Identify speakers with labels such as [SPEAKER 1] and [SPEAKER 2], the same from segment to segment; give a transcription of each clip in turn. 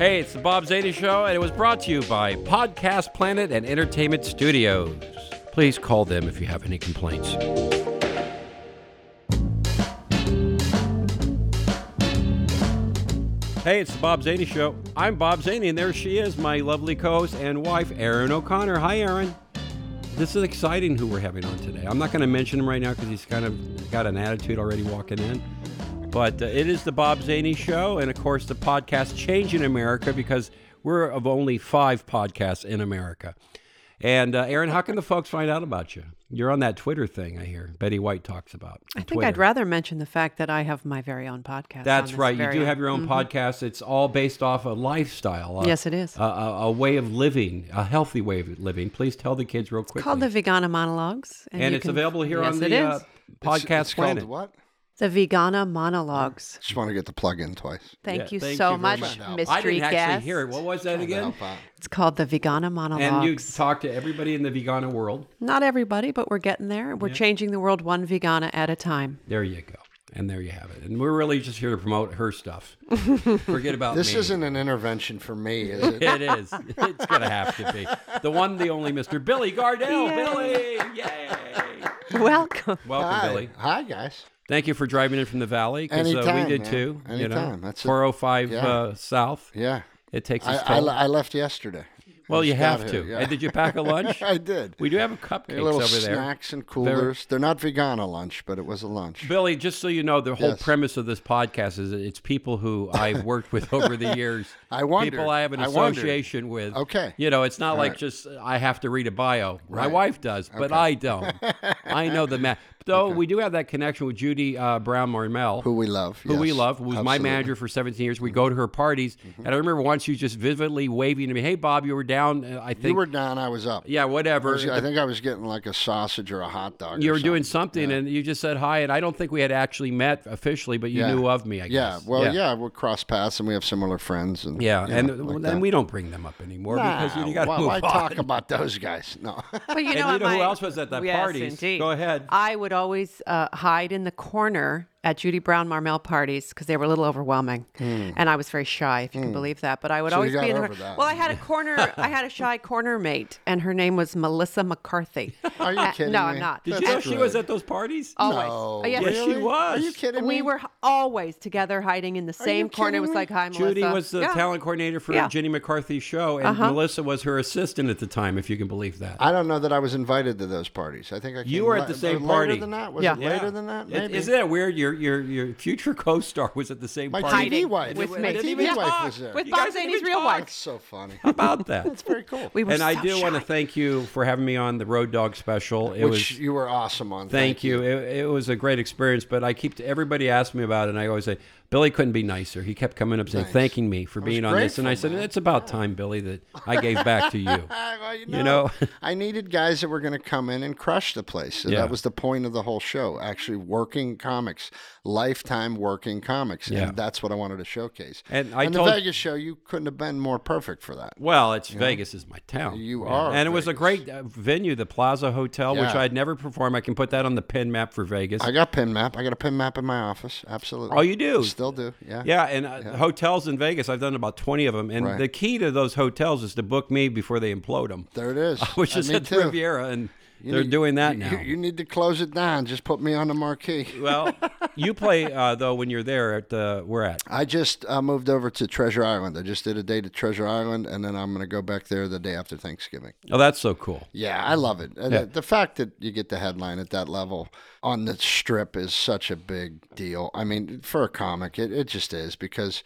[SPEAKER 1] Hey, it's the Bob Zeta Show, and it was brought to you by Podcast Planet and Entertainment Studios. Please call them if you have any complaints. Hey, it's the Bob Zany Show. I'm Bob Zany, and there she is, my lovely co-host and wife, Erin O'Connor. Hi, Erin. This is exciting who we're having on today. I'm not going to mention him right now because he's kind of got an attitude already walking in. But uh, it is the Bob Zany Show, and of course, the podcast changing America because we're of only five podcasts in America. And uh, Aaron, how can the folks find out about you? You're on that Twitter thing I hear Betty White talks about.
[SPEAKER 2] I think I'd rather mention the fact that I have my very own podcast.
[SPEAKER 1] That's
[SPEAKER 2] on this
[SPEAKER 1] right. You
[SPEAKER 2] very
[SPEAKER 1] do
[SPEAKER 2] own-
[SPEAKER 1] have your own podcast. It's all based off a lifestyle. a-
[SPEAKER 2] Yes, it is.
[SPEAKER 1] A, a, a way of living, a healthy way of living. Please tell the kids real quickly.
[SPEAKER 2] called the Vegana Monologues,
[SPEAKER 1] and
[SPEAKER 2] you
[SPEAKER 1] it's
[SPEAKER 2] can-
[SPEAKER 1] available here
[SPEAKER 2] yes,
[SPEAKER 1] on
[SPEAKER 2] it
[SPEAKER 1] the
[SPEAKER 2] is.
[SPEAKER 1] uh, podcast
[SPEAKER 3] it's
[SPEAKER 1] planet.
[SPEAKER 3] Called what?
[SPEAKER 2] the Vegana Monologues.
[SPEAKER 3] Just want to get the plug in twice.
[SPEAKER 2] Thank
[SPEAKER 1] Yeah,
[SPEAKER 2] you
[SPEAKER 1] thank
[SPEAKER 2] so
[SPEAKER 1] you very
[SPEAKER 2] much,
[SPEAKER 1] much.
[SPEAKER 3] I didn't
[SPEAKER 2] mystery
[SPEAKER 1] I didn't actually
[SPEAKER 2] guest.
[SPEAKER 1] hear it. What was that again?
[SPEAKER 3] Help out.
[SPEAKER 2] It's called the Vegana Monologues.
[SPEAKER 1] And you talk to everybody in the vegana world.
[SPEAKER 2] Not everybody, but we're getting there. We're changing the world one vegana at a time.
[SPEAKER 1] There you go. And there you have it. And we're really just here to promote her stuff. Forget about
[SPEAKER 3] This
[SPEAKER 1] me.
[SPEAKER 3] isn't an intervention for me, is it?
[SPEAKER 1] It is. It's going to have to be. The one, the only Mr. Billy Gardell. Billy! Yay!
[SPEAKER 2] Welcome.
[SPEAKER 1] Welcome,
[SPEAKER 3] Hi.
[SPEAKER 1] Billy.
[SPEAKER 3] Hi, guys.
[SPEAKER 1] Thank you for driving in from the valley because uh, we
[SPEAKER 3] Anytime,
[SPEAKER 1] did
[SPEAKER 3] man.
[SPEAKER 1] too. You know,
[SPEAKER 3] Anytime. That's it.
[SPEAKER 1] 405
[SPEAKER 3] Yeah.
[SPEAKER 1] uh, South.
[SPEAKER 3] Yeah.
[SPEAKER 1] It takes
[SPEAKER 3] I,
[SPEAKER 1] us.
[SPEAKER 3] I, le- I left yesterday.
[SPEAKER 1] well,
[SPEAKER 3] I
[SPEAKER 1] you
[SPEAKER 3] just got
[SPEAKER 1] have
[SPEAKER 3] here,
[SPEAKER 1] to.
[SPEAKER 3] yeah.
[SPEAKER 1] And did you pack a lunch?
[SPEAKER 3] I did.
[SPEAKER 1] We do have cupcakes
[SPEAKER 3] little
[SPEAKER 1] over there.
[SPEAKER 3] snacks and coolers. They're not vegana lunch, but it was a lunch.
[SPEAKER 1] Billy, just so you know, the whole
[SPEAKER 3] Yes.
[SPEAKER 1] premise of this podcast is that it's people who I've worked with over the years.
[SPEAKER 3] I wondered.
[SPEAKER 1] People I have an
[SPEAKER 3] I wondered.
[SPEAKER 1] association with.
[SPEAKER 3] Okay.
[SPEAKER 1] You know, it's not like
[SPEAKER 3] right.
[SPEAKER 1] just uh, I have to read a bio. My
[SPEAKER 3] Right.
[SPEAKER 1] wife does, but I don't. I know the man. Though we do have that connection with Judy uh, Brown Marmel.
[SPEAKER 3] Who we love.
[SPEAKER 1] who we
[SPEAKER 3] yes.
[SPEAKER 1] love, who was my
[SPEAKER 3] Absolutely. Mm-hmm.
[SPEAKER 1] manager for 17 years. We go to her parties, and I remember once you just vividly waving to me, "Hey, Bob, you were down. uh, I think,
[SPEAKER 3] You were down. I was up.
[SPEAKER 1] yeah, whatever.
[SPEAKER 3] I, was- I think I was getting like a sausage or a hot dog. or
[SPEAKER 1] you were
[SPEAKER 3] something.
[SPEAKER 1] doing something, and you just said hi, and I don't think we had actually met officially, but you
[SPEAKER 3] Yeah.
[SPEAKER 1] knew of me, I
[SPEAKER 3] Yeah.
[SPEAKER 1] guess.
[SPEAKER 3] Well, yeah. we're cross paths and we have similar friends. And
[SPEAKER 1] yeah,
[SPEAKER 3] you
[SPEAKER 1] and
[SPEAKER 3] know, like
[SPEAKER 1] and
[SPEAKER 3] that.
[SPEAKER 1] we don't bring them up anymore because you got
[SPEAKER 3] why,
[SPEAKER 1] to move
[SPEAKER 3] why
[SPEAKER 1] on.
[SPEAKER 3] talk about those guys? No.
[SPEAKER 2] But
[SPEAKER 1] And
[SPEAKER 2] you know,
[SPEAKER 1] you
[SPEAKER 2] at
[SPEAKER 1] know who
[SPEAKER 2] my-
[SPEAKER 1] else was at that
[SPEAKER 2] yes,
[SPEAKER 1] parties?
[SPEAKER 2] Indeed.
[SPEAKER 1] Go ahead.
[SPEAKER 2] I would always uh, hide in the corner at Judy Brown Marmel parties because they were a little overwhelming,
[SPEAKER 1] Hmm.
[SPEAKER 2] and I was very shy, if you can believe that. But I would
[SPEAKER 3] So you
[SPEAKER 2] always
[SPEAKER 3] got
[SPEAKER 2] be in the
[SPEAKER 3] over that.
[SPEAKER 2] Well, I had a corner. I had a shy corner mate, and her name was Melissa McCarthy.
[SPEAKER 3] Are you
[SPEAKER 2] Uh,
[SPEAKER 3] kidding
[SPEAKER 2] no,
[SPEAKER 3] me?
[SPEAKER 2] I'm not.
[SPEAKER 1] Did you
[SPEAKER 3] That's
[SPEAKER 1] know she was
[SPEAKER 3] good.
[SPEAKER 1] at those parties?
[SPEAKER 2] Always.
[SPEAKER 3] No.
[SPEAKER 2] Oh, yes,
[SPEAKER 1] Yes, she
[SPEAKER 3] Really?
[SPEAKER 1] was.
[SPEAKER 3] Are you kidding me?
[SPEAKER 2] We were h- always together, hiding in the same corner. It
[SPEAKER 3] kidding
[SPEAKER 2] was
[SPEAKER 3] me?
[SPEAKER 2] like, "Hi, Melissa."
[SPEAKER 1] Judy was the
[SPEAKER 2] Yeah.
[SPEAKER 1] talent coordinator for
[SPEAKER 2] Yeah. Uh-huh.
[SPEAKER 1] Jenny McCarthy's show, and Melissa was her assistant at the time, if you can believe that.
[SPEAKER 3] I don't know that I was invited to those parties. I think I came
[SPEAKER 1] You were at
[SPEAKER 3] la-
[SPEAKER 1] the same
[SPEAKER 3] later
[SPEAKER 1] party.
[SPEAKER 3] than that. Was
[SPEAKER 2] Yeah.
[SPEAKER 3] it
[SPEAKER 1] Yeah.
[SPEAKER 3] later than that?
[SPEAKER 1] It-
[SPEAKER 3] Maybe.
[SPEAKER 1] Isn't that weird? Your your your future co-star was at the same
[SPEAKER 3] My
[SPEAKER 1] party.
[SPEAKER 2] Hiding
[SPEAKER 3] TV wife.
[SPEAKER 2] with
[SPEAKER 3] my
[SPEAKER 2] me.
[SPEAKER 3] TV
[SPEAKER 2] Yeah.
[SPEAKER 3] wife was there.
[SPEAKER 2] With
[SPEAKER 1] You
[SPEAKER 2] Bob
[SPEAKER 1] guys didn't
[SPEAKER 2] Zaney's
[SPEAKER 1] even
[SPEAKER 2] real
[SPEAKER 1] talk.
[SPEAKER 2] wife.
[SPEAKER 3] Oh, That's so funny.
[SPEAKER 1] How about that?
[SPEAKER 3] Very cool.
[SPEAKER 2] We were
[SPEAKER 1] and I
[SPEAKER 2] so
[SPEAKER 1] do want to
[SPEAKER 2] shy.
[SPEAKER 1] thank you for having me on the Road Dog special. It
[SPEAKER 3] Which
[SPEAKER 1] was
[SPEAKER 3] you were awesome on.
[SPEAKER 1] thank, you. It, it was a great experience, but I keep everybody asks me about it, and I always say Billy couldn't be nicer. He kept coming up saying thanking me for being on this, and I
[SPEAKER 3] grateful,
[SPEAKER 1] said it's about time, Billy, that I gave back to you.
[SPEAKER 3] Ah, well, you know,
[SPEAKER 1] know?
[SPEAKER 3] I needed guys that were going to come in and crush the place. So
[SPEAKER 1] Yeah.
[SPEAKER 3] that was the point of the whole show. Actually, working comics, lifetime working comics,
[SPEAKER 1] Yeah.
[SPEAKER 3] and that's what I wanted to showcase.
[SPEAKER 1] And I
[SPEAKER 3] and
[SPEAKER 1] told-
[SPEAKER 3] the Vegas show, you couldn't have been more perfect for that.
[SPEAKER 1] Well, it's Vegas is my town.
[SPEAKER 3] You
[SPEAKER 1] Yeah.
[SPEAKER 3] are
[SPEAKER 1] and it was a
[SPEAKER 3] Vegas.
[SPEAKER 1] great uh, venue, the Plaza Hotel, which
[SPEAKER 3] Yeah.
[SPEAKER 1] I had never performed. I can put that on the pin map for Vegas.
[SPEAKER 3] I got pin map. I got a pin map in my office. Absolutely.
[SPEAKER 1] Oh, you do?
[SPEAKER 3] Still do. Yeah.
[SPEAKER 1] Yeah, and uh, hotels in Vegas, I've done about 20 of them. And
[SPEAKER 3] Right.
[SPEAKER 1] the key to those hotels is to book me before they implode them,
[SPEAKER 3] There it is.
[SPEAKER 1] which is
[SPEAKER 3] Uh, me
[SPEAKER 1] at the
[SPEAKER 3] too.
[SPEAKER 1] Riviera, and
[SPEAKER 3] You
[SPEAKER 1] they're
[SPEAKER 3] need-
[SPEAKER 1] doing that
[SPEAKER 3] you-
[SPEAKER 1] now.
[SPEAKER 3] You need to close it down. Just put me on the marquee.
[SPEAKER 1] well, you play, uh, though, when you're there at the, we're at.
[SPEAKER 3] I just uh, moved over to Treasure Island. I just did a day to Treasure Island, and then I'm going to go back there the day after Thanksgiving.
[SPEAKER 1] Oh, that's so cool.
[SPEAKER 3] Yeah, I love it. And The, the fact that you get the headline at that level on the strip is such a big deal. I mean, for a comic, it, it just is because,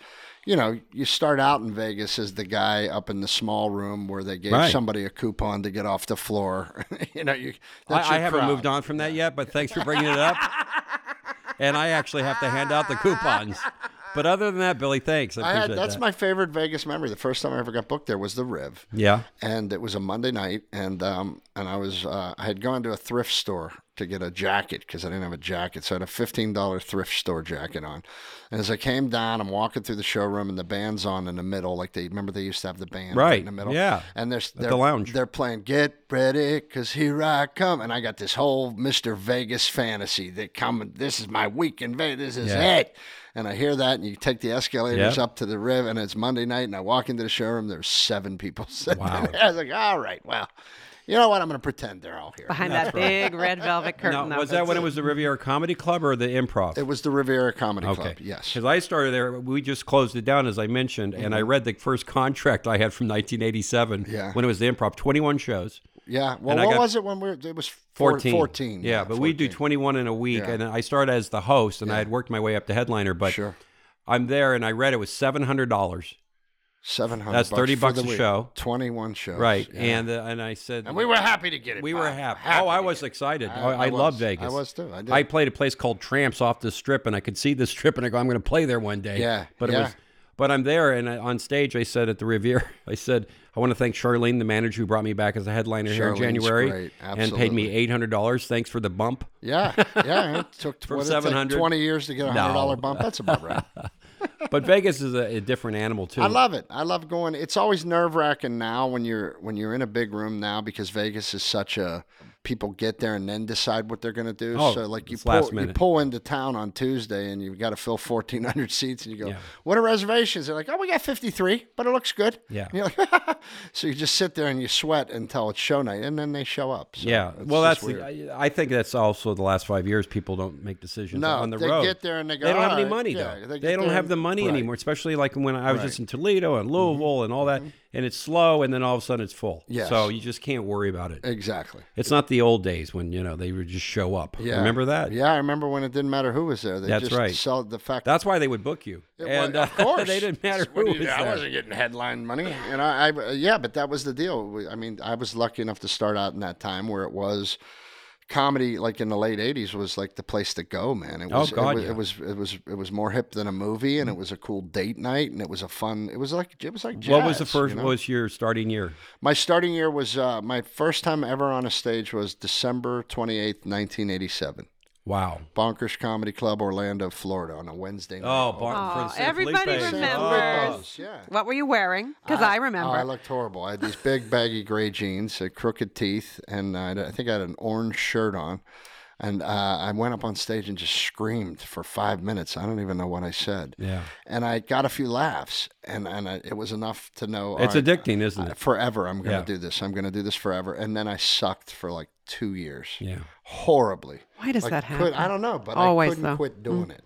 [SPEAKER 3] you know, you start out in Vegas as the guy up in the small room where they gave
[SPEAKER 1] Right.
[SPEAKER 3] somebody a coupon to get off the floor. you know, you, that's
[SPEAKER 1] I, I
[SPEAKER 3] your
[SPEAKER 1] haven't
[SPEAKER 3] crowd.
[SPEAKER 1] moved on from that yet, but thanks for bringing it up. and I actually have to hand out the coupons. But other than that, Billy, thanks. I
[SPEAKER 3] I
[SPEAKER 1] appreciate
[SPEAKER 3] had, that's
[SPEAKER 1] that.
[SPEAKER 3] my favorite Vegas memory. The first time I ever got booked there was the Riv.
[SPEAKER 1] yeah.
[SPEAKER 3] and it was a Monday night, and um, and I was uh, I had gone to a thrift store to get a jacket because I didn't have a jacket. So I had a $15 thrift store jacket on. And as I came down, I'm walking through the showroom and the band's on in the middle. Like they remember they used to have the band
[SPEAKER 1] Right,
[SPEAKER 3] in the middle.
[SPEAKER 1] yeah.
[SPEAKER 3] And they're, they're,
[SPEAKER 1] the lounge.
[SPEAKER 3] they're playing Get Ready because here I come. And I got this whole Mr. Vegas fantasy that coming. This is my week in Vegas. This is
[SPEAKER 1] Yeah.
[SPEAKER 3] it. And I hear that, and you take the escalators
[SPEAKER 1] Yeah.
[SPEAKER 3] up to the riv, and it's Monday night, and I walk into the showroom. There's seven people sitting
[SPEAKER 1] Wow.
[SPEAKER 3] there. I was like, all right, well, you know what? I'm going to pretend they're all here.
[SPEAKER 2] behind that big red velvet curtain.
[SPEAKER 1] Now,
[SPEAKER 2] up.
[SPEAKER 1] was that when it was the Riviera Comedy Club or the Improv?
[SPEAKER 3] It was the Riviera Comedy Club.
[SPEAKER 1] Okay.
[SPEAKER 3] Yes. Mm-hmm.
[SPEAKER 1] Because I started there, we just closed it down, as I mentioned, and I read the first contract I had from 1987
[SPEAKER 3] Yeah.
[SPEAKER 1] when it was the improv 21 shows.
[SPEAKER 3] Yeah. Well,
[SPEAKER 1] And I
[SPEAKER 3] what
[SPEAKER 1] got-
[SPEAKER 3] was it when we were, it was four,
[SPEAKER 1] 14.
[SPEAKER 3] 14.
[SPEAKER 1] Yeah, but we do
[SPEAKER 3] 14.
[SPEAKER 1] 21 in a week.
[SPEAKER 3] Yeah.
[SPEAKER 1] And I started as the host, and I had worked my way up to headliner. But
[SPEAKER 3] Sure.
[SPEAKER 1] I'm there, and I read it was $700.
[SPEAKER 3] 700
[SPEAKER 1] That's 30
[SPEAKER 3] for
[SPEAKER 1] bucks
[SPEAKER 3] the
[SPEAKER 1] a
[SPEAKER 3] week.
[SPEAKER 1] show.
[SPEAKER 3] 21 shows.
[SPEAKER 1] Right.
[SPEAKER 3] yeah.
[SPEAKER 1] And uh, and I said,
[SPEAKER 3] And we were happy to get it.
[SPEAKER 1] we were
[SPEAKER 3] Bob.
[SPEAKER 1] happy.
[SPEAKER 3] Happy
[SPEAKER 1] Oh, I
[SPEAKER 3] to
[SPEAKER 1] was
[SPEAKER 3] get it.
[SPEAKER 1] excited.
[SPEAKER 3] I-
[SPEAKER 1] I, I,
[SPEAKER 3] I
[SPEAKER 1] love
[SPEAKER 3] was.
[SPEAKER 1] Vegas.
[SPEAKER 3] I was too. I did.
[SPEAKER 1] played a place called Tramps off the strip, and I could see the strip, and I go, I'm going to play there one day.
[SPEAKER 3] Yeah,
[SPEAKER 1] But it
[SPEAKER 3] yeah.
[SPEAKER 1] was. But I'm there, and I, on stage, I said at the Riviera, I said, I want to thank Charlene, the manager who brought me back as a headliner here in
[SPEAKER 3] Charlene's
[SPEAKER 1] January,
[SPEAKER 3] great.
[SPEAKER 1] and paid me $800. Thanks for the bump.
[SPEAKER 3] Yeah. Yeah. It took, what, it took
[SPEAKER 1] 700.
[SPEAKER 3] 20 years to get a
[SPEAKER 1] No.
[SPEAKER 3] $100 bump. That's about right.
[SPEAKER 1] But Vegas is a, a different animal too.
[SPEAKER 3] I love it. I love going. It's always nerve wracking now when you're when you're in a big room now because Vegas is such a people get there and then decide what they're going to do.
[SPEAKER 1] Oh,
[SPEAKER 3] so like you
[SPEAKER 1] it's
[SPEAKER 3] pull,
[SPEAKER 1] last
[SPEAKER 3] you
[SPEAKER 1] minute.
[SPEAKER 3] pull into town on Tuesday and you've got to fill fourteen hundred seats and you go,
[SPEAKER 1] Yeah.
[SPEAKER 3] what are reservations? They're like, oh, we got fifty three, but it looks good.
[SPEAKER 1] Yeah.
[SPEAKER 3] And you're like, so you just sit there and you sweat until it's show night and then they show up. So
[SPEAKER 1] yeah.
[SPEAKER 3] it's
[SPEAKER 1] Well,
[SPEAKER 3] just
[SPEAKER 1] that's. The, I I think that's also the last five years. People don't make decisions
[SPEAKER 3] No,
[SPEAKER 1] on the
[SPEAKER 3] they
[SPEAKER 1] road.
[SPEAKER 3] get there and they go,
[SPEAKER 1] don't have
[SPEAKER 3] "All
[SPEAKER 1] any
[SPEAKER 3] right."
[SPEAKER 1] money
[SPEAKER 3] Yeah,
[SPEAKER 1] though.
[SPEAKER 3] they
[SPEAKER 1] They,
[SPEAKER 3] get there
[SPEAKER 1] don't have
[SPEAKER 3] and-
[SPEAKER 1] the money
[SPEAKER 3] Right. Mm-hmm.
[SPEAKER 1] anymore, especially like when I was just in Toledo and Louisville and all that, and it's slow, and then all of a sudden it's full.
[SPEAKER 3] Yes.
[SPEAKER 1] So you just can't worry about it.
[SPEAKER 3] exactly.
[SPEAKER 1] It's not the old days when you know they would just show up.
[SPEAKER 3] Yeah.
[SPEAKER 1] Remember that?
[SPEAKER 3] Yeah, I remember when it didn't matter who was there. They
[SPEAKER 1] That's
[SPEAKER 3] just
[SPEAKER 1] right.
[SPEAKER 3] Saw the fact
[SPEAKER 1] That's why they would book you.
[SPEAKER 3] It
[SPEAKER 1] and
[SPEAKER 3] was- of
[SPEAKER 1] uh,
[SPEAKER 3] course,
[SPEAKER 1] they didn't matter
[SPEAKER 3] What
[SPEAKER 1] who
[SPEAKER 3] do
[SPEAKER 1] was
[SPEAKER 3] you- I
[SPEAKER 1] there.
[SPEAKER 3] wasn't getting headline money, and I, I yeah, but that was the deal. We- I mean, I was lucky enough to start out in that time where it was comedy, like in the late '80s, was like the place to go, man. It
[SPEAKER 1] Oh,
[SPEAKER 3] was,
[SPEAKER 1] God,
[SPEAKER 3] it, was
[SPEAKER 1] yeah.
[SPEAKER 3] it was it was it was more hip than a movie, and it was a cool date night, and it was a fun. It was like it was like jazz,
[SPEAKER 1] What was the
[SPEAKER 3] you
[SPEAKER 1] first?
[SPEAKER 3] know?
[SPEAKER 1] What was your starting year?
[SPEAKER 3] My starting year was uh, my first time ever on a stage was December 28th, 1987.
[SPEAKER 1] Wow.
[SPEAKER 3] Bonkers Comedy Club, Orlando, Florida, on a Wednesday night.
[SPEAKER 1] Oh, Barton
[SPEAKER 2] Aw,
[SPEAKER 1] for the San
[SPEAKER 2] everybody
[SPEAKER 1] Felipe.
[SPEAKER 2] remembers.
[SPEAKER 1] Oh.
[SPEAKER 3] Yeah.
[SPEAKER 2] What were you wearing? Because I,
[SPEAKER 3] Oh,
[SPEAKER 2] remember.
[SPEAKER 3] I looked horrible. I had these big baggy gray jeans, uh, crooked teeth, and I, had- I think I had an orange shirt on. And uh, I went up on stage and just screamed for five minutes. I don't even know what I said.
[SPEAKER 1] Yeah.
[SPEAKER 3] And I got a few laughs, and and I, it was enough to know.
[SPEAKER 1] It's
[SPEAKER 3] all right, uh,
[SPEAKER 1] addicting, isn't it?
[SPEAKER 3] Forever, I'm going to
[SPEAKER 1] Yeah.
[SPEAKER 3] do this. I'm going to do this forever. And then I sucked for like two years,
[SPEAKER 1] Yeah.
[SPEAKER 3] horribly.
[SPEAKER 2] Why does
[SPEAKER 3] Like,
[SPEAKER 2] that
[SPEAKER 3] could-
[SPEAKER 2] happen?
[SPEAKER 3] I don't know, but
[SPEAKER 2] Always,
[SPEAKER 3] I couldn't
[SPEAKER 2] though. Mm-hmm.
[SPEAKER 3] quit doing it.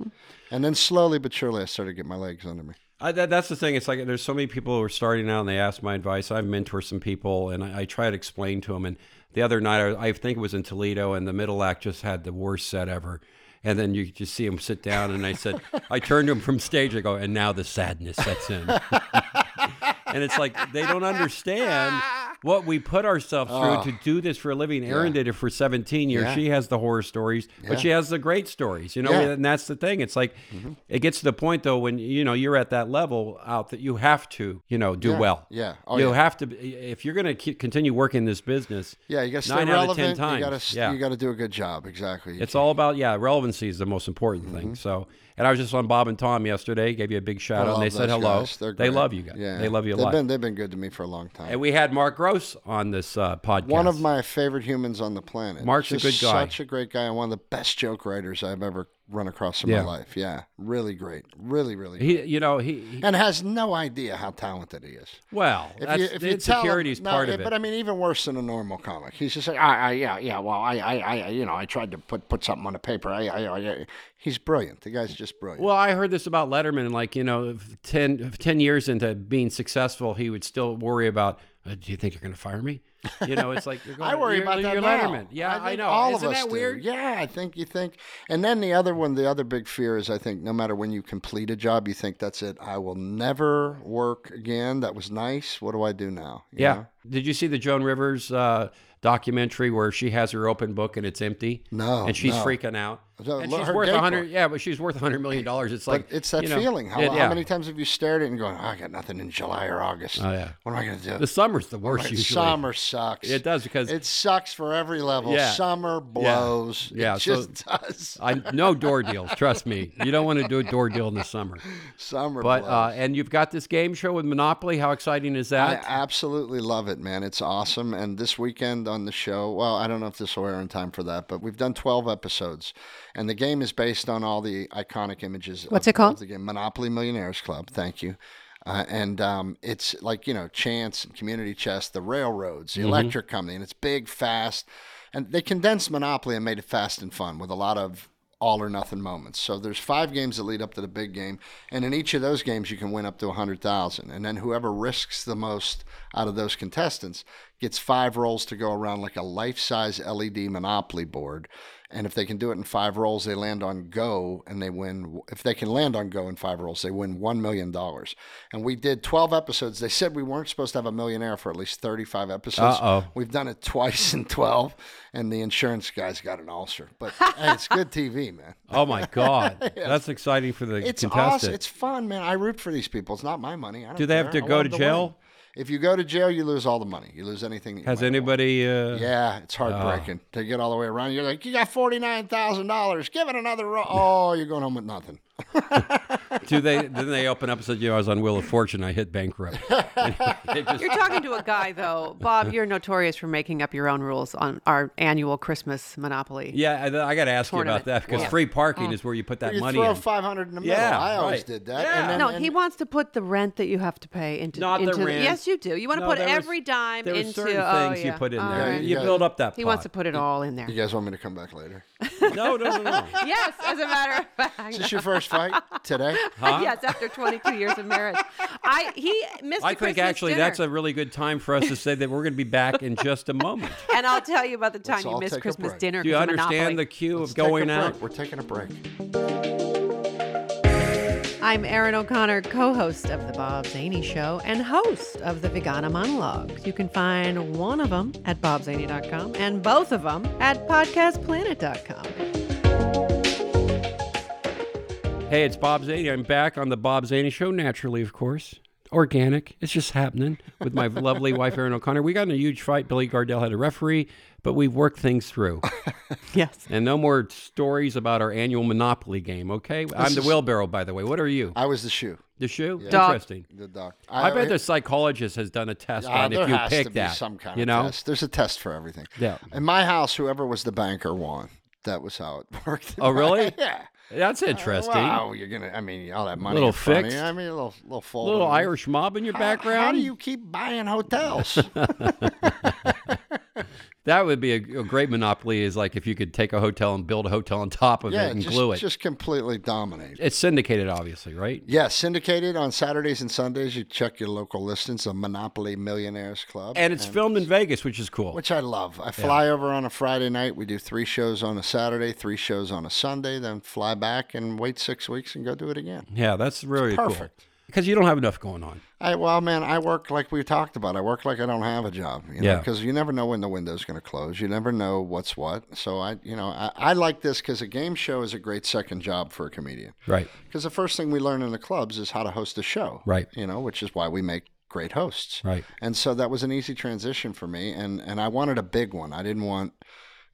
[SPEAKER 3] And then slowly but surely, I started to get my legs under me.
[SPEAKER 1] I, that, that's the thing. It's like there's so many people who are starting out and they ask my advice. I've mentored some people and I, I try to explain to them. And the other night, I, I think it was in Toledo, and the middle act just had the worst set ever. And then you just see him sit down, and I said, I turned to him from stage. I go, and now the sadness sets in. and it's like they don't understand what we put ourselves through to do this for a living. Erin did it for 17 years.
[SPEAKER 3] Yeah.
[SPEAKER 1] She has the horror stories, but she has the great stories, you know.
[SPEAKER 3] Yeah. Mm-hmm.
[SPEAKER 1] And that's the thing. It's like it gets to the point though when you know you're at that level out that you have to, you know, do well.
[SPEAKER 3] Yeah. Oh,
[SPEAKER 1] you
[SPEAKER 3] yeah.
[SPEAKER 1] have to be- if you're going to keep, continue working this business.
[SPEAKER 3] Yeah, you got to stay
[SPEAKER 1] nine
[SPEAKER 3] relevant.
[SPEAKER 1] out of ten times.
[SPEAKER 3] You got to
[SPEAKER 1] yeah.
[SPEAKER 3] you got to do a good job. Exactly. You
[SPEAKER 1] It's all about yeah, relevancy is the most important
[SPEAKER 3] Mm-hmm.
[SPEAKER 1] thing. So, and I was just on Bob and Tom yesterday, gave you a big shout out, and
[SPEAKER 3] love
[SPEAKER 1] they said
[SPEAKER 3] those
[SPEAKER 1] hello.
[SPEAKER 3] guys. They're
[SPEAKER 1] They
[SPEAKER 3] great.
[SPEAKER 1] love you guys. They love you a
[SPEAKER 3] they've
[SPEAKER 1] lot.
[SPEAKER 3] Been, they've been good to me for a long time.
[SPEAKER 1] and we had Mark Gross on this uh, podcast.
[SPEAKER 3] one of my favorite humans on the planet.
[SPEAKER 1] Mark's a
[SPEAKER 3] Just
[SPEAKER 1] good guy.
[SPEAKER 3] Such a great guy, and one of the best joke writers I've ever run across in
[SPEAKER 1] Yeah.
[SPEAKER 3] my life. Yeah, really great, really, really,
[SPEAKER 1] he, you know, he, he-
[SPEAKER 3] and has no idea how talented he is.
[SPEAKER 1] well, that's, the
[SPEAKER 3] tell him-
[SPEAKER 1] insecurity is
[SPEAKER 3] no,
[SPEAKER 1] part
[SPEAKER 3] yeah,
[SPEAKER 1] of it.
[SPEAKER 3] But I mean, even worse than a normal comic. He's just like, I, I yeah, yeah. Well, I, I, I, you know, I tried to put put something on the paper. I, I, I, I- he's brilliant. The guy's just brilliant.
[SPEAKER 1] Well, I heard this about Letterman. Like, you know, if 10, if 10 years into being successful, he would still worry about, uh, do you think you're going to fire me? You know, it's like, you're going,
[SPEAKER 3] I worry
[SPEAKER 1] you're,
[SPEAKER 3] about that
[SPEAKER 1] you're
[SPEAKER 3] now.
[SPEAKER 1] Letterman. Yeah, I,
[SPEAKER 3] think
[SPEAKER 1] know.
[SPEAKER 3] All
[SPEAKER 1] Isn't
[SPEAKER 3] of us
[SPEAKER 1] that
[SPEAKER 3] do.
[SPEAKER 1] weird?
[SPEAKER 3] Yeah, I think you think. And then the other one, the other big fear is, I think, no matter when you complete a job, you think that's it. I will never work again. That was nice. What do I do now? You
[SPEAKER 1] Yeah.
[SPEAKER 3] know?
[SPEAKER 1] Did you see the Joan Rivers uh, documentary where she has her open book and it's empty?
[SPEAKER 3] No,
[SPEAKER 1] And she's
[SPEAKER 3] no.
[SPEAKER 1] freaking out.
[SPEAKER 3] The-
[SPEAKER 1] and
[SPEAKER 3] lo-
[SPEAKER 1] she's
[SPEAKER 3] her
[SPEAKER 1] worth
[SPEAKER 3] date
[SPEAKER 1] a hundred.
[SPEAKER 3] book.
[SPEAKER 1] Yeah, but she's worth a hundred million dollars. It's like
[SPEAKER 3] It's that
[SPEAKER 1] you know,
[SPEAKER 3] feeling. How,
[SPEAKER 1] it-
[SPEAKER 3] how
[SPEAKER 1] yeah.
[SPEAKER 3] many times have you stared at it and going, "Oh, I got nothing in July or August?
[SPEAKER 1] Oh, yeah.
[SPEAKER 3] What am I going to do?
[SPEAKER 1] The summer's the worst.
[SPEAKER 3] Right,
[SPEAKER 1] usually.
[SPEAKER 3] Summer sucks.
[SPEAKER 1] It does because
[SPEAKER 3] It sucks for every level.
[SPEAKER 1] Yeah.
[SPEAKER 3] Summer blows.
[SPEAKER 1] Yeah,
[SPEAKER 3] It
[SPEAKER 1] so- Uh,
[SPEAKER 3] just does.
[SPEAKER 1] I no door deals. Trust me, you don't want to do a door deal in the summer.
[SPEAKER 3] Summer
[SPEAKER 1] But
[SPEAKER 3] blows.
[SPEAKER 1] uh, and you've got this game show with Monopoly. How exciting is
[SPEAKER 3] I
[SPEAKER 1] that?
[SPEAKER 3] absolutely love it, man. It's awesome. And this weekend on the show, well, I don't know if this will air in time for that, but we've done 12 episodes. And the game is based on all the iconic images.
[SPEAKER 2] What's
[SPEAKER 3] of,
[SPEAKER 2] it called?
[SPEAKER 3] Of the game Monopoly Millionaires Club. Thank you. Uh, and um, it's like, you know, chance and community chess, the railroads,
[SPEAKER 2] Mm-hmm.
[SPEAKER 3] the electric company, and it's big, fast. And they condensed Monopoly and made it fast and fun with a lot of all or nothing moments. So there's five games that lead up to the big game, and in each of those games you can win up to 100,000. And then whoever risks the most out of those contestants gets five rolls to go around like a life-size LED Monopoly board. And if they can do it in five rolls, they land on go and they win. If they can land on go in five rolls, they win $1 million. And we did 12 episodes. They said we weren't supposed to have a millionaire for at least 35 episodes.
[SPEAKER 1] Uh-oh.
[SPEAKER 3] We've done it twice in 12, and the insurance guy's got an ulcer. But hey, it's good TV, man.
[SPEAKER 1] oh my God, that's exciting for the
[SPEAKER 3] It's
[SPEAKER 1] contestant.
[SPEAKER 3] awesome. It's fun, man. I root for these people. It's not my money. I don't
[SPEAKER 1] Do they have
[SPEAKER 3] care.
[SPEAKER 1] to
[SPEAKER 3] I
[SPEAKER 1] go
[SPEAKER 3] want
[SPEAKER 1] to
[SPEAKER 3] them
[SPEAKER 1] jail?
[SPEAKER 3] win. If you go to jail, you lose all the money. You lose anything. That you
[SPEAKER 1] Has
[SPEAKER 3] might have won.
[SPEAKER 1] anybody? Uh,
[SPEAKER 3] Yeah, it's heartbreaking to get all the way around. You're like, you got forty nine thousand dollars. Give it another roll. Oh, you're going home with nothing.
[SPEAKER 1] Do they? Then they open up and said, "You know, I was on Wheel of Fortune. I hit bankrupt." They just-
[SPEAKER 2] You're talking to a guy, though. Bob, you're notorious for making up your own rules on our annual Christmas Monopoly.
[SPEAKER 1] yeah, I, I got to ask you
[SPEAKER 2] Tournament.
[SPEAKER 1] about that because
[SPEAKER 2] Yeah.
[SPEAKER 1] free
[SPEAKER 3] Mm.
[SPEAKER 1] parking is where you put that
[SPEAKER 3] you
[SPEAKER 1] money.
[SPEAKER 3] throw
[SPEAKER 1] in.
[SPEAKER 3] five hundred in the middle.
[SPEAKER 1] Yeah,
[SPEAKER 3] I always
[SPEAKER 1] right.
[SPEAKER 3] did that.
[SPEAKER 1] Yeah.
[SPEAKER 3] And then,
[SPEAKER 2] No,
[SPEAKER 3] and-
[SPEAKER 2] he wants to put the rent that you have to pay into
[SPEAKER 1] Not the
[SPEAKER 2] into
[SPEAKER 1] rent.
[SPEAKER 2] yes, you do. You want to
[SPEAKER 1] No,
[SPEAKER 2] put
[SPEAKER 1] there was-
[SPEAKER 2] every dime
[SPEAKER 1] there were
[SPEAKER 2] into
[SPEAKER 1] certain
[SPEAKER 2] oh,
[SPEAKER 1] things
[SPEAKER 2] yeah.
[SPEAKER 1] you put in
[SPEAKER 2] All
[SPEAKER 1] there.
[SPEAKER 2] right.
[SPEAKER 1] You
[SPEAKER 3] Yeah.
[SPEAKER 1] build up that.
[SPEAKER 2] He wants to
[SPEAKER 1] pot.
[SPEAKER 2] put it all in there.
[SPEAKER 3] you guys want me to come back later?
[SPEAKER 1] No, no, no, no.
[SPEAKER 2] yes, as a matter of fact.
[SPEAKER 3] Is this your first fight today?
[SPEAKER 2] Yes, after 22 years of marriage, I he missed.
[SPEAKER 1] I
[SPEAKER 2] the Christmas
[SPEAKER 1] think actually
[SPEAKER 2] dinner.
[SPEAKER 1] that's a really good time for us to say that we're going to be back in just a moment.
[SPEAKER 2] And I'll tell you about the time you
[SPEAKER 3] all
[SPEAKER 2] missed
[SPEAKER 3] take a
[SPEAKER 2] Christmas
[SPEAKER 3] break.
[SPEAKER 2] dinner.
[SPEAKER 1] Do you
[SPEAKER 2] 'cause of
[SPEAKER 1] understand
[SPEAKER 2] Monopoly.
[SPEAKER 1] the cue
[SPEAKER 3] Let's
[SPEAKER 1] of
[SPEAKER 3] take a
[SPEAKER 1] going
[SPEAKER 3] break.
[SPEAKER 1] out?
[SPEAKER 3] We're taking a break.
[SPEAKER 2] I'm Erin O'Connor, co host of The Bob Zaney Show and host of the Vegana Monologues. You can find one of them at bobzaney.com and both of them at podcastplanet.com.
[SPEAKER 1] Hey, it's Bob Zaney. I'm back on the Bob Zaney Show, naturally, of course. Organic. It's just happening with my lovely wife, Erin O'Connor. We got in a huge fight. Billy Gardell had a referee, but we've worked things through.
[SPEAKER 2] Yes.
[SPEAKER 1] And no more stories about our annual Monopoly game, okay? I'm the wheelbarrow, by the way. What are you?
[SPEAKER 3] I was the shoe,
[SPEAKER 1] The shoe?
[SPEAKER 2] Dog.
[SPEAKER 1] Interesting.
[SPEAKER 3] the doc.
[SPEAKER 1] I bet the psychologist has done a test
[SPEAKER 3] Ah,
[SPEAKER 1] on
[SPEAKER 3] Uh, there
[SPEAKER 1] if you
[SPEAKER 3] has
[SPEAKER 1] pick
[SPEAKER 3] to be
[SPEAKER 1] that.
[SPEAKER 3] some kind
[SPEAKER 1] you
[SPEAKER 3] of
[SPEAKER 1] know?
[SPEAKER 3] test. There's a test for everything.
[SPEAKER 1] Yeah.
[SPEAKER 3] In my house, whoever was the banker won. That was how it worked.
[SPEAKER 1] Oh, really?
[SPEAKER 3] yeah.
[SPEAKER 1] That's interesting.
[SPEAKER 3] Uh, Wow, you're gonna. I mean, all that money.
[SPEAKER 1] Little
[SPEAKER 3] in front of you.
[SPEAKER 1] fixed.
[SPEAKER 3] I mean, a little, little fold.
[SPEAKER 1] little
[SPEAKER 3] in there.
[SPEAKER 1] Irish mob in your
[SPEAKER 3] How-
[SPEAKER 1] background.
[SPEAKER 3] How do you keep buying hotels?
[SPEAKER 1] That would be a, a great monopoly. Is like if you could take a hotel and build a hotel on top of it
[SPEAKER 3] yeah,
[SPEAKER 1] and
[SPEAKER 3] just,
[SPEAKER 1] glue it.
[SPEAKER 3] just completely dominate.
[SPEAKER 1] It's syndicated, obviously, right?
[SPEAKER 3] Yeah, syndicated on Saturdays and Sundays. You check your local listings of Monopoly Millionaires Club.
[SPEAKER 1] And it's filmed in Vegas, which is cool.
[SPEAKER 3] which I love. I fly over on a Friday night. We do three shows on a Saturday, three shows on a Sunday, then fly back and wait six weeks and go do it again.
[SPEAKER 1] yeah, that's really cool.
[SPEAKER 3] perfect.
[SPEAKER 1] Because you don't have enough going on.
[SPEAKER 3] I well, man, I work like we talked about. I work like I don't have a job. You know,
[SPEAKER 1] Yeah.
[SPEAKER 3] Because you never know when the window's going to close. You never know what's what. So I, you know, I, I like this because a game show is a great second job for a comedian.
[SPEAKER 1] Right.
[SPEAKER 3] Because the first thing we learn in the clubs is how to host a show.
[SPEAKER 1] Right.
[SPEAKER 3] You know, which is why we make great hosts.
[SPEAKER 1] Right.
[SPEAKER 3] And so that was an easy transition for me. And and I wanted a big one. I didn't want.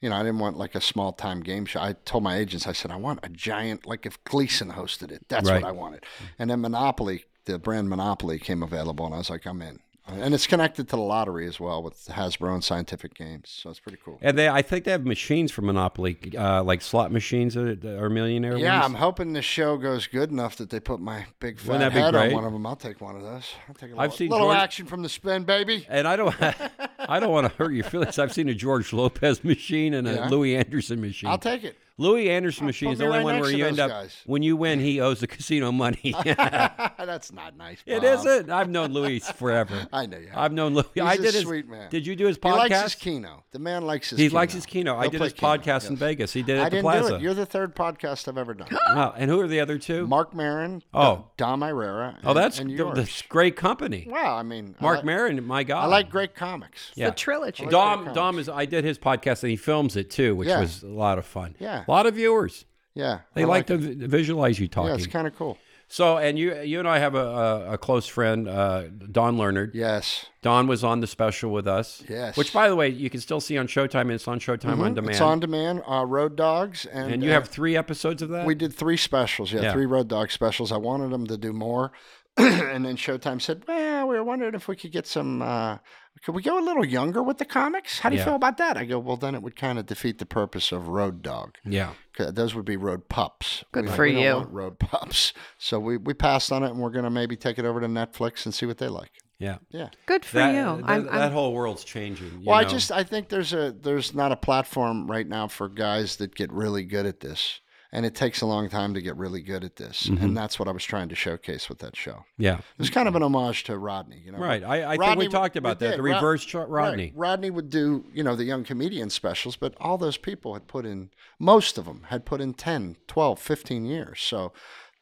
[SPEAKER 3] You know, I didn't want like a small time game show. I told my agents, I said, I want a giant, like if Gleason hosted it, that's
[SPEAKER 1] Right.
[SPEAKER 3] what I wanted. And then Monopoly, the brand Monopoly came available, and I was like, I'm in. And it's connected to the lottery as well with Hasbro and Scientific Games. So it's pretty cool.
[SPEAKER 1] And they, I think they have machines for Monopoly, uh, like slot machines or, or millionaire
[SPEAKER 3] Yeah, I'm
[SPEAKER 1] ones.
[SPEAKER 3] hoping this show goes good enough that they put my big fat
[SPEAKER 1] that be
[SPEAKER 3] head on
[SPEAKER 1] great?
[SPEAKER 3] one of them. I'll take one of those. I'll take a little,
[SPEAKER 1] I've seen
[SPEAKER 3] little
[SPEAKER 1] Jordan-
[SPEAKER 3] action from the spin, baby.
[SPEAKER 1] And I don't, I don't want to hurt your feelings. I've seen a George Lopez machine and a Louis Anderson machine.
[SPEAKER 3] I'll take it.
[SPEAKER 1] Louis Anderson machine
[SPEAKER 3] put
[SPEAKER 1] is the
[SPEAKER 3] me
[SPEAKER 1] only
[SPEAKER 3] right
[SPEAKER 1] one
[SPEAKER 3] next
[SPEAKER 1] where
[SPEAKER 3] to
[SPEAKER 1] you end
[SPEAKER 3] those
[SPEAKER 1] up
[SPEAKER 3] guys.
[SPEAKER 1] when you win, he owes the casino money.
[SPEAKER 3] That's not nice.
[SPEAKER 1] It
[SPEAKER 3] Bob.
[SPEAKER 1] not I've known Louis forever.
[SPEAKER 3] I know you have.
[SPEAKER 1] I've known Louis. I
[SPEAKER 3] a
[SPEAKER 1] did his,
[SPEAKER 3] sweet man.
[SPEAKER 1] Did you do his
[SPEAKER 3] He likes his
[SPEAKER 1] podcast?
[SPEAKER 3] keno. The man likes his.
[SPEAKER 1] He
[SPEAKER 3] keno.
[SPEAKER 1] likes his keno. I
[SPEAKER 3] He'll
[SPEAKER 1] did
[SPEAKER 3] play
[SPEAKER 1] his
[SPEAKER 3] keno,
[SPEAKER 1] podcast in
[SPEAKER 3] yes.
[SPEAKER 1] Vegas. He did it at
[SPEAKER 3] I
[SPEAKER 1] the
[SPEAKER 3] didn't do
[SPEAKER 1] plaza.
[SPEAKER 3] it. You're the third podcast I've ever done.
[SPEAKER 1] wow. And who are the other two?
[SPEAKER 3] Mark Marin.
[SPEAKER 1] Oh.
[SPEAKER 3] Dom Irera.
[SPEAKER 1] oh, that's
[SPEAKER 3] and
[SPEAKER 1] th-
[SPEAKER 3] yours.
[SPEAKER 1] that's great company.
[SPEAKER 3] Well, I mean, I
[SPEAKER 1] Mark
[SPEAKER 3] like,
[SPEAKER 1] Marin, my God.
[SPEAKER 3] I like great comics.
[SPEAKER 1] yeah.
[SPEAKER 2] The trilogy.
[SPEAKER 1] Dom, Dom is. I did his podcast and he films it too, which
[SPEAKER 3] Yeah.
[SPEAKER 1] was a lot of fun.
[SPEAKER 3] Yeah.
[SPEAKER 1] A lot of viewers.
[SPEAKER 3] Yeah,
[SPEAKER 1] They
[SPEAKER 3] I
[SPEAKER 1] like, to v- visualize you
[SPEAKER 3] Yeah,
[SPEAKER 1] talking.
[SPEAKER 3] it's kind of cool.
[SPEAKER 1] So, and you you and I have a, a, a close friend, uh, Don Leonard.
[SPEAKER 3] Yes.
[SPEAKER 1] Don was on the special with us.
[SPEAKER 3] Yes. Mm-hmm.
[SPEAKER 1] Which, by the way, you can still see on Showtime, and it's on Showtime on demand.
[SPEAKER 3] It's on demand. Uh, Road Dogs and,
[SPEAKER 1] and you
[SPEAKER 3] uh,
[SPEAKER 1] have three episodes of that.
[SPEAKER 3] we did three specials. Yeah,
[SPEAKER 1] Yeah.
[SPEAKER 3] three Road Dog specials. I wanted them to do more, and then Showtime said, "Well, we were wondering if we could get some. Uh, could we go a little younger with the comics? How do you
[SPEAKER 1] Yeah.
[SPEAKER 3] feel about that?" I go, "Well, then it would kind of defeat the purpose of Road Dog.
[SPEAKER 1] yeah.
[SPEAKER 3] 'Cause Those would be Road Pups.
[SPEAKER 2] Good
[SPEAKER 3] We-
[SPEAKER 2] for
[SPEAKER 3] we don't
[SPEAKER 2] you.
[SPEAKER 3] want road Pups. So we we passed on it, and we're gonna maybe take it over to Netflix and see what they like.
[SPEAKER 1] Yeah.
[SPEAKER 3] Yeah.
[SPEAKER 2] Good for
[SPEAKER 1] that,
[SPEAKER 2] you.
[SPEAKER 1] That,
[SPEAKER 2] I'm,
[SPEAKER 1] that
[SPEAKER 2] I'm,
[SPEAKER 1] whole world's changing. you
[SPEAKER 3] Well, I
[SPEAKER 1] know.
[SPEAKER 3] just I think there's a there's not a platform right now for guys that get really good at this, and it takes a long time to get really good at this,
[SPEAKER 1] Mm-hmm.
[SPEAKER 3] and that's what I was trying to showcase with that show.
[SPEAKER 1] yeah.
[SPEAKER 3] It was kind of an homage to Rodney, you know.
[SPEAKER 1] Mm-hmm. Right. I, I think we
[SPEAKER 3] Rodney-
[SPEAKER 1] talked about
[SPEAKER 3] we
[SPEAKER 1] that.
[SPEAKER 3] did.
[SPEAKER 1] The
[SPEAKER 3] Rod-
[SPEAKER 1] reverse chart,
[SPEAKER 3] Right.
[SPEAKER 1] Rodney.
[SPEAKER 3] Rodney would do, you know, the young comedian specials, but all those people had put in, most of them had put in 10, 12, 15 years. So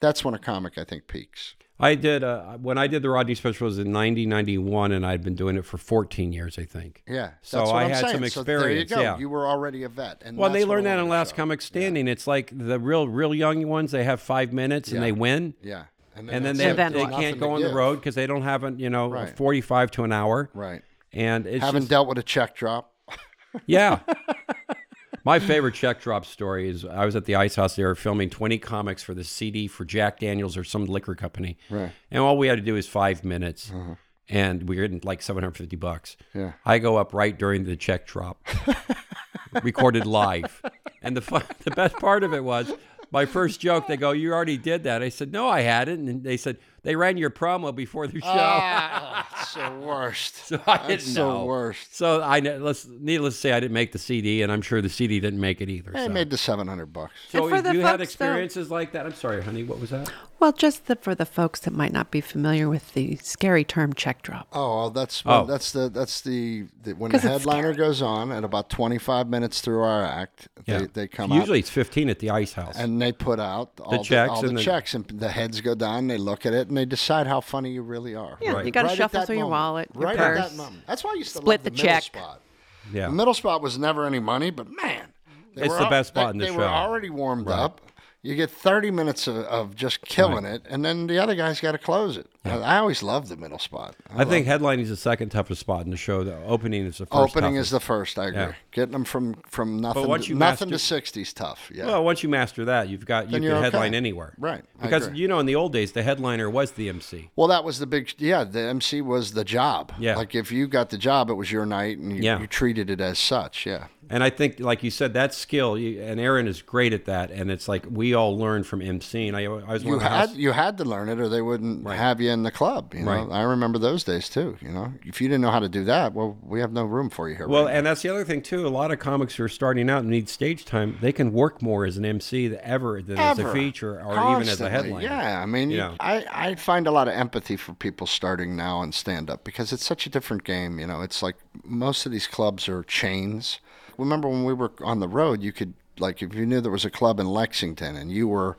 [SPEAKER 3] that's when a comic, I think, peaks.
[SPEAKER 1] I did uh, when I did the Rodney special was in 90, 91, and I'd been doing it for 14 years, I think.
[SPEAKER 3] Yeah. That's
[SPEAKER 1] So
[SPEAKER 3] what
[SPEAKER 1] I
[SPEAKER 3] am
[SPEAKER 1] had
[SPEAKER 3] saying.
[SPEAKER 1] some
[SPEAKER 3] So there you
[SPEAKER 1] experience,
[SPEAKER 3] go.
[SPEAKER 1] yeah.
[SPEAKER 3] You were already a vet. And
[SPEAKER 1] Well,
[SPEAKER 3] that's
[SPEAKER 1] they
[SPEAKER 3] what I
[SPEAKER 1] learned that
[SPEAKER 3] wanted
[SPEAKER 1] in
[SPEAKER 3] to
[SPEAKER 1] Last
[SPEAKER 3] show.
[SPEAKER 1] Comic Standing. It's like the real, real young ones. They have five minutes and
[SPEAKER 3] Yeah.
[SPEAKER 1] they win,
[SPEAKER 3] Yeah.
[SPEAKER 1] and then
[SPEAKER 3] that's
[SPEAKER 1] they,
[SPEAKER 3] it.
[SPEAKER 2] And then
[SPEAKER 1] they
[SPEAKER 2] what?
[SPEAKER 1] can't
[SPEAKER 3] Nothing
[SPEAKER 1] go
[SPEAKER 3] to
[SPEAKER 1] on the
[SPEAKER 3] give.
[SPEAKER 1] road because they don't have a you know
[SPEAKER 3] Right.
[SPEAKER 1] 45 to an hour.
[SPEAKER 3] Right.
[SPEAKER 1] And it's
[SPEAKER 3] Haven't
[SPEAKER 1] just-
[SPEAKER 3] dealt with a check drop.
[SPEAKER 1] Yeah. My favorite check drop story is I was at the Ice House. They were filming 20 comics for the CD for Jack Daniels or some liquor company.
[SPEAKER 3] Right. Uh-huh.
[SPEAKER 1] And all we had to do is five minutes. And we were in like 750 bucks.
[SPEAKER 3] Yeah.
[SPEAKER 1] I go up right during the check drop, recorded live. And the, fun, the best part of it was my first joke, they go, You already did that. I said, No, I hadn't. And they said, They ran your promo before the show.
[SPEAKER 3] Ah, it's the worst.
[SPEAKER 1] So I
[SPEAKER 3] That's
[SPEAKER 1] didn't
[SPEAKER 3] the
[SPEAKER 1] know.
[SPEAKER 3] worst.
[SPEAKER 1] So I kn- let's needless to say I didn't make the CD, and I'm sure the CD didn't make it either.
[SPEAKER 3] I
[SPEAKER 1] so
[SPEAKER 3] made the 700 bucks.
[SPEAKER 1] so
[SPEAKER 2] And for
[SPEAKER 1] if
[SPEAKER 2] the
[SPEAKER 1] you had
[SPEAKER 2] folks, though-
[SPEAKER 1] experiences like that. I'm sorry, honey. What was that?
[SPEAKER 2] well, just the, for the folks that might not be familiar with the scary term check drop.
[SPEAKER 3] Oh, well, that's
[SPEAKER 1] Oh.
[SPEAKER 3] that's the that's the, the when the
[SPEAKER 2] 'Cause it's
[SPEAKER 3] headliner goes on at about 25 minutes through our act, they, they come
[SPEAKER 1] Usually
[SPEAKER 3] out
[SPEAKER 1] it's 15 at the Ice House.
[SPEAKER 3] and they put out all the,
[SPEAKER 1] checks
[SPEAKER 3] all the
[SPEAKER 1] and the-
[SPEAKER 3] checks, and the heads go down. They look at it and they decide how funny you really are.
[SPEAKER 2] Yeah,
[SPEAKER 1] Right.
[SPEAKER 2] you got to
[SPEAKER 3] Right at
[SPEAKER 2] shuffle
[SPEAKER 3] that
[SPEAKER 2] through your
[SPEAKER 3] moment.
[SPEAKER 2] wallet, your
[SPEAKER 3] right
[SPEAKER 2] purse.
[SPEAKER 3] at that moment. That's why I used to
[SPEAKER 2] Split
[SPEAKER 3] love the,
[SPEAKER 2] the
[SPEAKER 3] middle
[SPEAKER 2] check.
[SPEAKER 3] spot.
[SPEAKER 1] yeah,
[SPEAKER 3] The middle spot was never any money, but man, they
[SPEAKER 1] It's
[SPEAKER 3] were
[SPEAKER 1] the
[SPEAKER 3] al-
[SPEAKER 1] best spot
[SPEAKER 3] they-
[SPEAKER 1] in the
[SPEAKER 3] they
[SPEAKER 1] show.
[SPEAKER 3] were already warmed up. You get 30 minutes of, of just killing it, and then the other guy's got to close it. I I always love the middle spot.
[SPEAKER 1] I think headlining is the second toughest spot in the show. The opening is the first.
[SPEAKER 3] Opening
[SPEAKER 1] toughest.
[SPEAKER 3] is the first. I agree.
[SPEAKER 1] Yeah.
[SPEAKER 3] Getting them from from nothing,
[SPEAKER 1] once
[SPEAKER 3] to,
[SPEAKER 1] you
[SPEAKER 3] nothing
[SPEAKER 1] master-
[SPEAKER 3] to sixty is tough. Yeah.
[SPEAKER 1] well. Once you master that, you've got you
[SPEAKER 3] Then
[SPEAKER 1] can
[SPEAKER 3] you're okay.
[SPEAKER 1] headline anywhere.
[SPEAKER 3] Right, I
[SPEAKER 1] Because
[SPEAKER 3] agree.
[SPEAKER 1] you know, in the old days, the headliner was the MC.
[SPEAKER 3] well, that was the big. Yeah, the MC was the job.
[SPEAKER 1] Yeah.
[SPEAKER 3] Like if you got the job, it was your night, and you,
[SPEAKER 1] Yeah.
[SPEAKER 3] you treated it as such. Yeah.
[SPEAKER 1] And I think, like you said, that skill, you, and Aaron is great at that. And it's like we all learn from MCing. I, I was one
[SPEAKER 3] You
[SPEAKER 1] of the
[SPEAKER 3] had
[SPEAKER 1] house-
[SPEAKER 3] you had to learn it, or they wouldn't have you in the club. You know,
[SPEAKER 1] Right.
[SPEAKER 3] I remember those days too. You know, if you didn't know how to do that, well, we have no room for you here.
[SPEAKER 1] Well,
[SPEAKER 3] right
[SPEAKER 1] and that's the other thing too. A lot of comics who are starting out and need stage time, they can work more as an MC than ever than as a
[SPEAKER 3] Ever.
[SPEAKER 1] feature or even as a
[SPEAKER 3] Constantly.
[SPEAKER 1] headliner.
[SPEAKER 3] Yeah, I mean, you-
[SPEAKER 1] Yeah.
[SPEAKER 3] I, I find a lot of empathy for people starting now in stand up because it's such a different game. You know, it's like most of these clubs are chains. Remember when we were on the road, you could, like, if you knew there was a club in Lexington and you were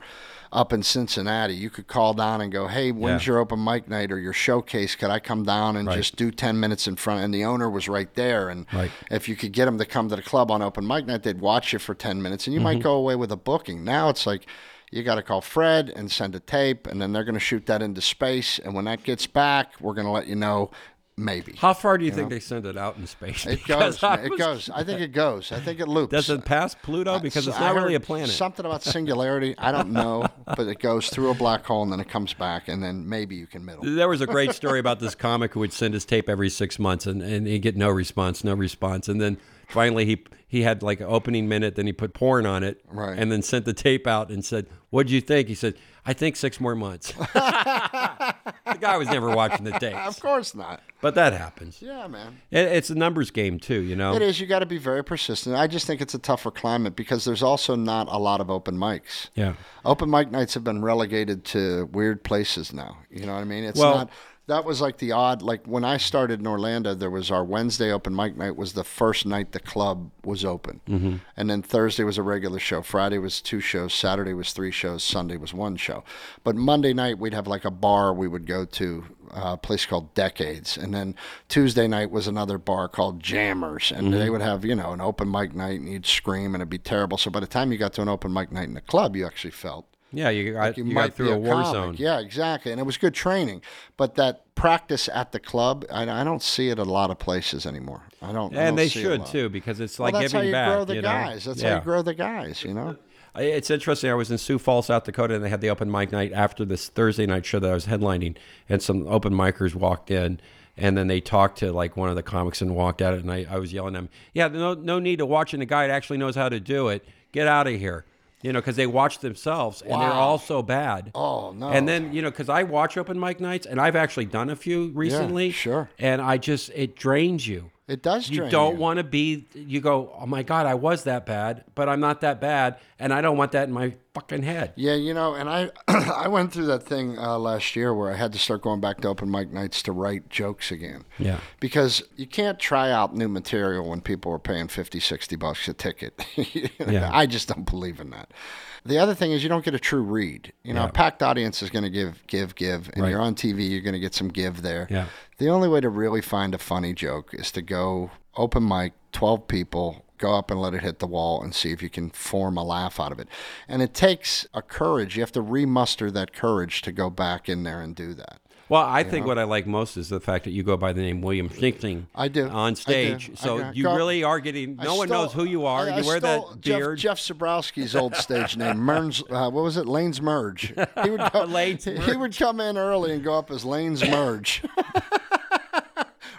[SPEAKER 3] up in Cincinnati, you could call down and go, hey, when's
[SPEAKER 1] Yeah.
[SPEAKER 3] your open mic night or your showcase? Could I come down and just do 10 minutes in front? And the owner was right there. And
[SPEAKER 1] Right.
[SPEAKER 3] if you could get them to come to the club on open mic night, they'd watch you for 10 minutes and you
[SPEAKER 1] Mm-hmm.
[SPEAKER 3] might go away with a booking. Now it's like you got to call Fred and send a tape, and then they're going to shoot that into space. And when that gets back, we're going to let you know maybe.
[SPEAKER 1] How far do you, think they send it out in space?
[SPEAKER 3] It
[SPEAKER 1] Because
[SPEAKER 3] goes.
[SPEAKER 1] I
[SPEAKER 3] man, it
[SPEAKER 1] was-
[SPEAKER 3] goes. I think it goes. I think it loops. Uh,
[SPEAKER 1] Does it pass Pluto? Because it's not
[SPEAKER 3] I
[SPEAKER 1] really a
[SPEAKER 3] heard
[SPEAKER 1] planet.
[SPEAKER 3] Something about singularity. I don't know, but it goes through a black hole and then it comes back, and then maybe you can middle.
[SPEAKER 1] there was a great story about this comic who would send his tape every six months and, and he'd get no response, no response. And then finally he he had like an opening minute, then he put porn on it
[SPEAKER 3] Right.
[SPEAKER 1] and then sent the tape out and said, What'd you think? He said, I think six more months. the guy was never watching the
[SPEAKER 3] Of
[SPEAKER 1] tapes.
[SPEAKER 3] course not.
[SPEAKER 1] But that happens.
[SPEAKER 3] Yeah, man.
[SPEAKER 1] It, it's a numbers game too, you know.
[SPEAKER 3] It is. You got to be very persistent. I just think it's a tougher climate because there's also not a lot of open mics.
[SPEAKER 1] Yeah.
[SPEAKER 3] Open mic nights have been relegated to weird places now. You know what I mean? It's
[SPEAKER 1] Well-
[SPEAKER 3] not. That was like the odd. Like when I started in Orlando, there was our Wednesday open mic night was the first night the club was open, mm-hmm. and then Thursday was a regular show. Friday was two shows. Saturday was three shows. Sunday was one show. But Monday night we'd have like a bar we would go to, uh, a place called Decades, and then Tuesday night was another bar called Jammers, and they would have you know an open mic night, and you'd scream, and it'd be terrible. So by the time you got to an open mic night in the club, you actually felt
[SPEAKER 1] Yeah, you got,
[SPEAKER 3] Like,
[SPEAKER 1] you got through a, war zone.
[SPEAKER 3] Yeah, exactly. And it was good training, but that practice at the club, I, I don't see it a lot of places anymore. I don't. I don't
[SPEAKER 1] And they
[SPEAKER 3] see it a
[SPEAKER 1] should
[SPEAKER 3] lot.
[SPEAKER 1] too, because it's
[SPEAKER 3] Well,
[SPEAKER 1] like
[SPEAKER 3] that's how
[SPEAKER 1] giving
[SPEAKER 3] you
[SPEAKER 1] back.
[SPEAKER 3] grow the
[SPEAKER 1] you know?
[SPEAKER 3] guys. That's how
[SPEAKER 1] Yeah.
[SPEAKER 3] you grow the guys. You know.
[SPEAKER 1] I- It's interesting. I was in Sioux Falls, South Dakota, and they had the open mic night after this Thursday night show that I was headlining, and some open micers walked in, and then they talked to like one of the comics and walked out, and I, I was yelling at them, "Yeah, no, no need to watching a guy that actually knows how to do it. Get out of here." You know, because they watch themselves and they're all so bad.
[SPEAKER 3] Oh, no.
[SPEAKER 1] And then you know, because I watch open mic nights, and I've actually done a few recently.
[SPEAKER 3] sure.
[SPEAKER 1] And I just it drains you.
[SPEAKER 3] It does
[SPEAKER 1] You
[SPEAKER 3] drain
[SPEAKER 1] don't
[SPEAKER 3] you.
[SPEAKER 1] want to be. You go. Oh my God, I was that bad, but I'm not that bad, and I don't want that in my fucking head.
[SPEAKER 3] Yeah, you know, and I I went through that thing uh, last year where I had to start going back to open mic nights to write jokes again.
[SPEAKER 1] Yeah.
[SPEAKER 3] Because you can't try out new material when people are paying 50, 60 bucks a ticket.
[SPEAKER 1] Yeah.
[SPEAKER 3] I just don't believe in that. The other thing is you don't get a true read. You know, a packed audience is going to give, give, give, and
[SPEAKER 1] Right.
[SPEAKER 3] you're on TV, you're going to get some give there.
[SPEAKER 1] Yeah.
[SPEAKER 3] The only way to really find a funny joke is to go open mic, 12 people, go up and let it hit the wall and see if you can form a laugh out of it. And it takes a courage. You have to remuster that courage to go back in there and do that.
[SPEAKER 1] Well, I think what I like most is the fact that you go by the name William Schlichting.
[SPEAKER 3] I do. I
[SPEAKER 1] on
[SPEAKER 3] do.
[SPEAKER 1] stage,
[SPEAKER 3] I
[SPEAKER 1] so
[SPEAKER 3] do.
[SPEAKER 1] you
[SPEAKER 3] Go-
[SPEAKER 1] really are getting.
[SPEAKER 3] I
[SPEAKER 1] No one
[SPEAKER 3] stole-
[SPEAKER 1] knows who you are.
[SPEAKER 3] I- I
[SPEAKER 1] you wear
[SPEAKER 3] stole
[SPEAKER 1] that beard.
[SPEAKER 3] Jeff, Jeff Sobrowski's old stage name, Merns. Uh, what was it? Lane's Merge. He would go,
[SPEAKER 1] Lane's
[SPEAKER 3] He would come in early and go up as Lane's Merge.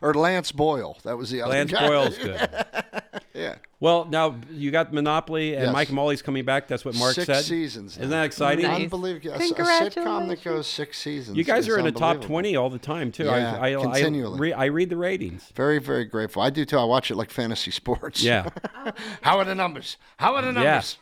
[SPEAKER 3] or Lance Boyle. That was the other
[SPEAKER 1] Lance
[SPEAKER 3] guy.
[SPEAKER 1] Boyle's good.
[SPEAKER 3] Yeah.
[SPEAKER 1] Well, now you got Monopoly and
[SPEAKER 3] Yes.
[SPEAKER 1] Mike Mully's coming back. That's what Mark
[SPEAKER 3] Six
[SPEAKER 1] said.
[SPEAKER 3] seasons now.
[SPEAKER 1] Isn't that exciting?
[SPEAKER 2] Nice.
[SPEAKER 3] Unbelievable. A, a sitcom that
[SPEAKER 2] Congratulations.
[SPEAKER 3] goes six seasons.
[SPEAKER 1] You guys
[SPEAKER 3] is
[SPEAKER 1] are in the top
[SPEAKER 3] unbelievable.
[SPEAKER 1] 20 all the time, too.
[SPEAKER 3] Yeah,
[SPEAKER 1] I, I,
[SPEAKER 3] continually.
[SPEAKER 1] I, re, I read the ratings.
[SPEAKER 3] Very, very grateful. I do too. I watch it like fantasy sports.
[SPEAKER 1] Yeah.
[SPEAKER 3] How are the numbers? How are the numbers?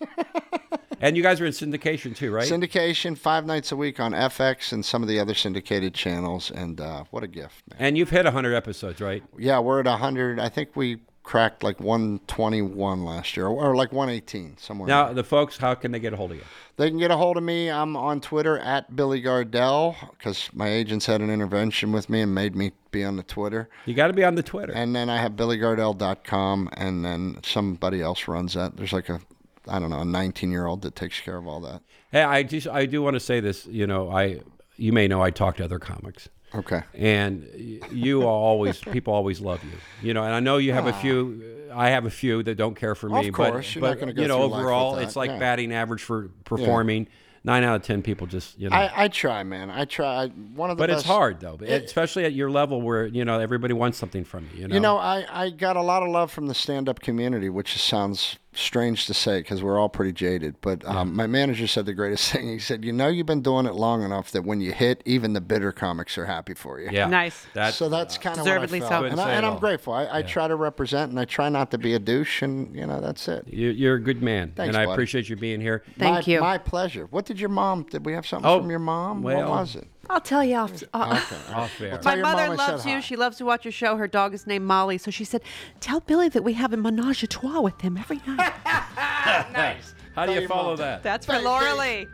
[SPEAKER 1] and you guys are in syndication, too, right?
[SPEAKER 3] Syndication five nights a week on FX and some of the other syndicated channels. And uh, what a gift, man.
[SPEAKER 1] and you've hit 100 episodes, right?
[SPEAKER 3] Yeah, we're at 100. I think we cracked like 121 last year or like 118 somewhere. in there.
[SPEAKER 1] Now, the folks, how can they get a hold of you?
[SPEAKER 3] They can get a hold of me. I'm on Twitter at Billy Gardell because my agents had an intervention with me and made me be on the Twitter.
[SPEAKER 1] You got to be on the Twitter.
[SPEAKER 3] And then I have BillyGardell.com, and then somebody else runs that. There's like a, I don't know, a 19 year old that takes care of all that.
[SPEAKER 1] hey, I just I do want to say this. You know, I you may know I talk to other comics.
[SPEAKER 3] Okay.
[SPEAKER 1] and y- you are always people always love you you know and i know you have a few i have a few that don't care for me
[SPEAKER 3] Of
[SPEAKER 1] but,
[SPEAKER 3] course, you're
[SPEAKER 1] but
[SPEAKER 3] not gonna go
[SPEAKER 1] you know
[SPEAKER 3] through life
[SPEAKER 1] overall
[SPEAKER 3] with that,
[SPEAKER 1] it's like
[SPEAKER 3] yeah.
[SPEAKER 1] batting average for performing nine out of ten people just you know
[SPEAKER 3] I, I try, man. I try. I- One of the
[SPEAKER 1] but it's
[SPEAKER 3] best-
[SPEAKER 1] hard though especially at your level where you know everybody wants something from you you know,
[SPEAKER 3] You know, I, I got a lot of love from the stand up community, which sounds strange to say because we're all pretty jaded. But um, my manager said the greatest thing. He said, You know, you've been doing it long enough that when you hit, even the bitter comics are happy for you.
[SPEAKER 1] yeah
[SPEAKER 2] Nice.
[SPEAKER 1] that's
[SPEAKER 3] So that's kind of
[SPEAKER 2] Deservedly
[SPEAKER 3] what I
[SPEAKER 2] so.
[SPEAKER 3] felt.
[SPEAKER 2] Couldn't
[SPEAKER 3] And, I,
[SPEAKER 1] say
[SPEAKER 3] and
[SPEAKER 1] it
[SPEAKER 3] I'm
[SPEAKER 1] all.
[SPEAKER 3] grateful. I, I try to represent and I try not to be a douche, and, you know, that's it.
[SPEAKER 1] you, you're a good man
[SPEAKER 3] Thanks,
[SPEAKER 1] and i
[SPEAKER 3] bud.
[SPEAKER 1] appreciate you being here
[SPEAKER 2] Thank
[SPEAKER 3] my,
[SPEAKER 2] you.
[SPEAKER 3] My pleasure. What did your mom? Did we have something
[SPEAKER 1] Oh,
[SPEAKER 3] from your mom?
[SPEAKER 1] well.
[SPEAKER 3] what was it?
[SPEAKER 2] I'll tell you off.
[SPEAKER 1] off air
[SPEAKER 3] Uh-huh. Tell
[SPEAKER 2] My
[SPEAKER 3] your
[SPEAKER 2] mother
[SPEAKER 3] mom I said
[SPEAKER 2] loves you.
[SPEAKER 3] hi.
[SPEAKER 2] She loves to watch your show. Her dog is named Molly. So she said, Tell Billy that we have a menage a trois with him every night.
[SPEAKER 1] how do
[SPEAKER 3] Tell
[SPEAKER 1] you
[SPEAKER 3] your
[SPEAKER 1] follow
[SPEAKER 3] mom.
[SPEAKER 1] that
[SPEAKER 2] That's for Laura Lee.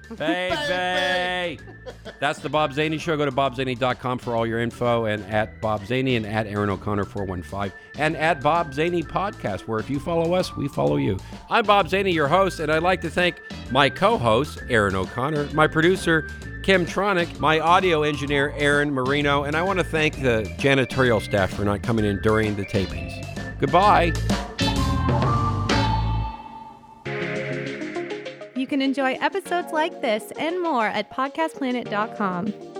[SPEAKER 1] Baby. That's the Bob Zaney Show. Go to bobzaney.com for all your info and at Bob Zaney and at Aaron O'Connor 415 and at Bob Zaney Podcast, where if you follow us, we follow you. I'm Bob Zaney, your host, and I'd like to thank my co host, Aaron O'Connor, my producer, Kim Tronick, my audio engineer, Aaron Marino, and I want to thank the janitorial staff for not coming in during the tapings. Goodbye.
[SPEAKER 4] You can enjoy episodes like this and more at podcastplanet.com.